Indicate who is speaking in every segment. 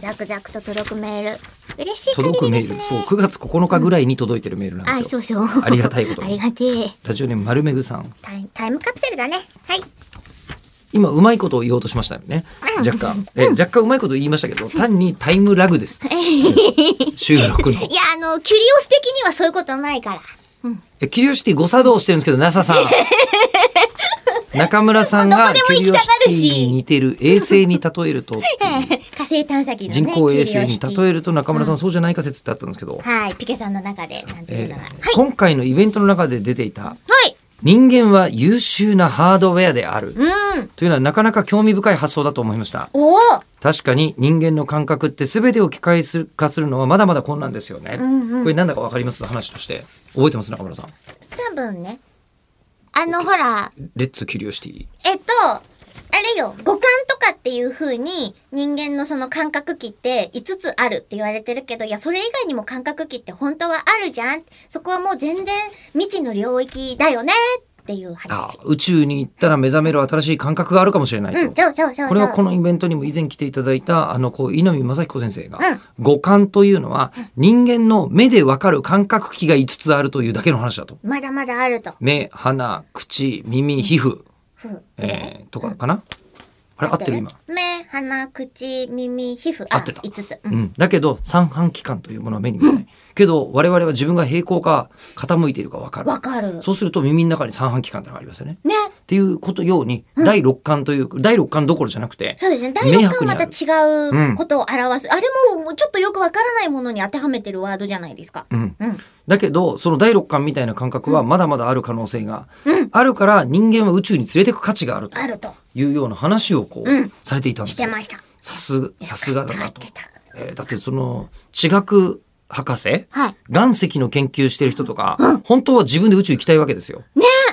Speaker 1: ザクザクと届くメール。嬉しい限りですね。
Speaker 2: 届くメール、そう9月9日ぐらいに届いてるメールなん
Speaker 1: あ、
Speaker 2: です
Speaker 1: そ
Speaker 2: よ、
Speaker 1: うそう。
Speaker 2: ありがたいこ と
Speaker 1: あ
Speaker 2: に
Speaker 1: りがてえ。
Speaker 2: ラジオネーム丸めぐさん
Speaker 1: タイタイムカプセルだね。はい。
Speaker 2: 今うまいことを言おうとしましたよね
Speaker 1: うん
Speaker 2: 若干、え若干うまいこと言いましたけど単にタイムラ グです収録の
Speaker 1: いや、あの、キュリオス的にはそういうことないから。
Speaker 2: えキュリオシティ誤作動してるんですけど NASA さん中村さんが
Speaker 1: どこ
Speaker 2: キ
Speaker 1: でも行き
Speaker 2: ュリオ
Speaker 1: たが
Speaker 2: シ
Speaker 1: る
Speaker 2: テ
Speaker 1: し
Speaker 2: ィに似てる衛星に例 えると
Speaker 1: 火星探査機のね。
Speaker 2: 人工衛星
Speaker 1: キュリ
Speaker 2: に
Speaker 1: オシティ
Speaker 2: 例えると中村さんはそうじゃないか説ってあったんですけど、
Speaker 1: はい、ピケさんの中で、なんていう
Speaker 2: え
Speaker 1: のが。はい。
Speaker 2: ー今回のイベントの中で出ていた
Speaker 1: はい。
Speaker 2: 人間は優秀なハードウェアである
Speaker 1: うん。
Speaker 2: というのはなかなか興味深い発想だと思いました。
Speaker 1: おお。
Speaker 2: 確かに人間の感覚って全てを機械化するのはまだまだ困難ですよね。
Speaker 1: ん
Speaker 2: これなんだかわかります話として。覚えてます中村さん。
Speaker 1: 多分ね。あの、ほら、
Speaker 2: レッツキュリオシティ。
Speaker 1: えっと、あれよ、五感とかっていう風に人間のその感覚器って5つあるって言われてるけど、いや、それ以外にも感覚器って本当はあるじゃん。そこはもう全然未知の領域だよねっていう
Speaker 2: あ
Speaker 1: 話。
Speaker 2: 宇宙に行ったら目覚める新しい感覚があるかもしれないと。
Speaker 1: うん、そうそうそうそう。
Speaker 2: これはこのイベントにも以前来ていただいたあのこう稲見正彦先生が、
Speaker 1: うん
Speaker 2: 五感というのは人間の目でわかる感覚器が5つあるというだけの話だと。
Speaker 1: まだまだあると。
Speaker 2: 目、鼻、口、耳、皮膚、
Speaker 1: ふう。
Speaker 2: えーとかかな。あれ合ってる今。
Speaker 1: 目、鼻、口、耳、皮膚。あ、
Speaker 2: 合ってた
Speaker 1: 5つ。う。
Speaker 2: うんん、だけど三半規管というものは目に見えない、けど我々は自分が平行か傾いているか分かる
Speaker 1: わかる。
Speaker 2: そうすると耳の中に三半規管ってのがありますよね。
Speaker 1: ね。
Speaker 2: っていうことように、第六感という第六感どころじゃなくて
Speaker 1: そうですね。第
Speaker 2: 明
Speaker 1: 6
Speaker 2: 白
Speaker 1: 巻
Speaker 2: にあ
Speaker 1: ま
Speaker 2: る
Speaker 1: た違うことを表す。あれも、もうちょっとよくわからないものに当てはめてるワードじゃないですか。
Speaker 2: うん
Speaker 1: うん。
Speaker 2: だけどその第六感みたいな感覚はまだまだある可能性が、あるから人間は宇宙に連れてく価値があると
Speaker 1: あると。
Speaker 2: いうような話をこう、
Speaker 1: うん
Speaker 2: されていたんで
Speaker 1: し
Speaker 2: す
Speaker 1: て
Speaker 2: よ。
Speaker 1: ました。
Speaker 2: さすさすがだなと
Speaker 1: 合っ、てた
Speaker 2: えーだってその地学博士、
Speaker 1: はい。
Speaker 2: 岩石の研究してる人とか、本当は自分で宇宙行きたいわけですよ。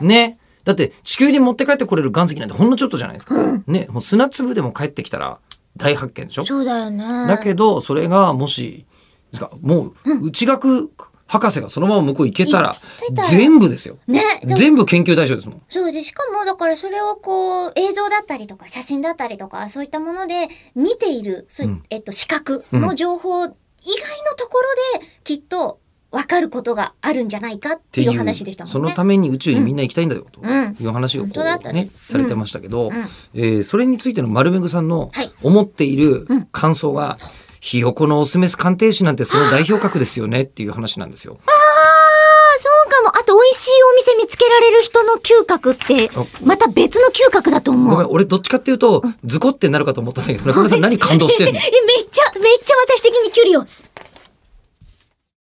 Speaker 2: ねだって地球に持って帰ってこれる岩石なんてほんのちょっとじゃないですか。ねもう砂粒でも帰ってきたら大発見でしょ
Speaker 1: そうだよね。
Speaker 2: だけど、それがもし、ですかもう、地学博士がそのまま向こう行けたら
Speaker 1: 行ってた、ら
Speaker 2: 全部ですよ。
Speaker 1: ね。でも
Speaker 2: 全部研究対象ですもん。
Speaker 1: そうで、しかも、だからそれをこう、映像だったりとか、写真だったりとか、そういったもので、見ている、そういえっと、視覚の情報以外のところで、きっと、わかることがあるんじゃないかっ
Speaker 2: って
Speaker 1: て
Speaker 2: い
Speaker 1: いうう話でしたもんね。
Speaker 2: そのために宇宙にみんな行きたいんだよと
Speaker 1: うん
Speaker 2: いう話をこ
Speaker 1: 本当だった
Speaker 2: う、
Speaker 1: ね
Speaker 2: ね、されてましたけど、
Speaker 1: ん
Speaker 2: えーそれについての丸めぐさんの
Speaker 1: はい
Speaker 2: 思っている感想が、ひよこのオスメス鑑定士なんてその代表格ですよねっていう話なんですよ。
Speaker 1: あそうかも。あと、美味しいお店見つけられる人の嗅覚って
Speaker 2: あ、
Speaker 1: また別の嗅覚だと思
Speaker 2: ごめん
Speaker 1: う。
Speaker 2: 俺どっちか っていうとズコってなるかと思ったんだけど中村さん何感動してんの
Speaker 1: え、めっちゃ、めっちゃ私的にキュリオス。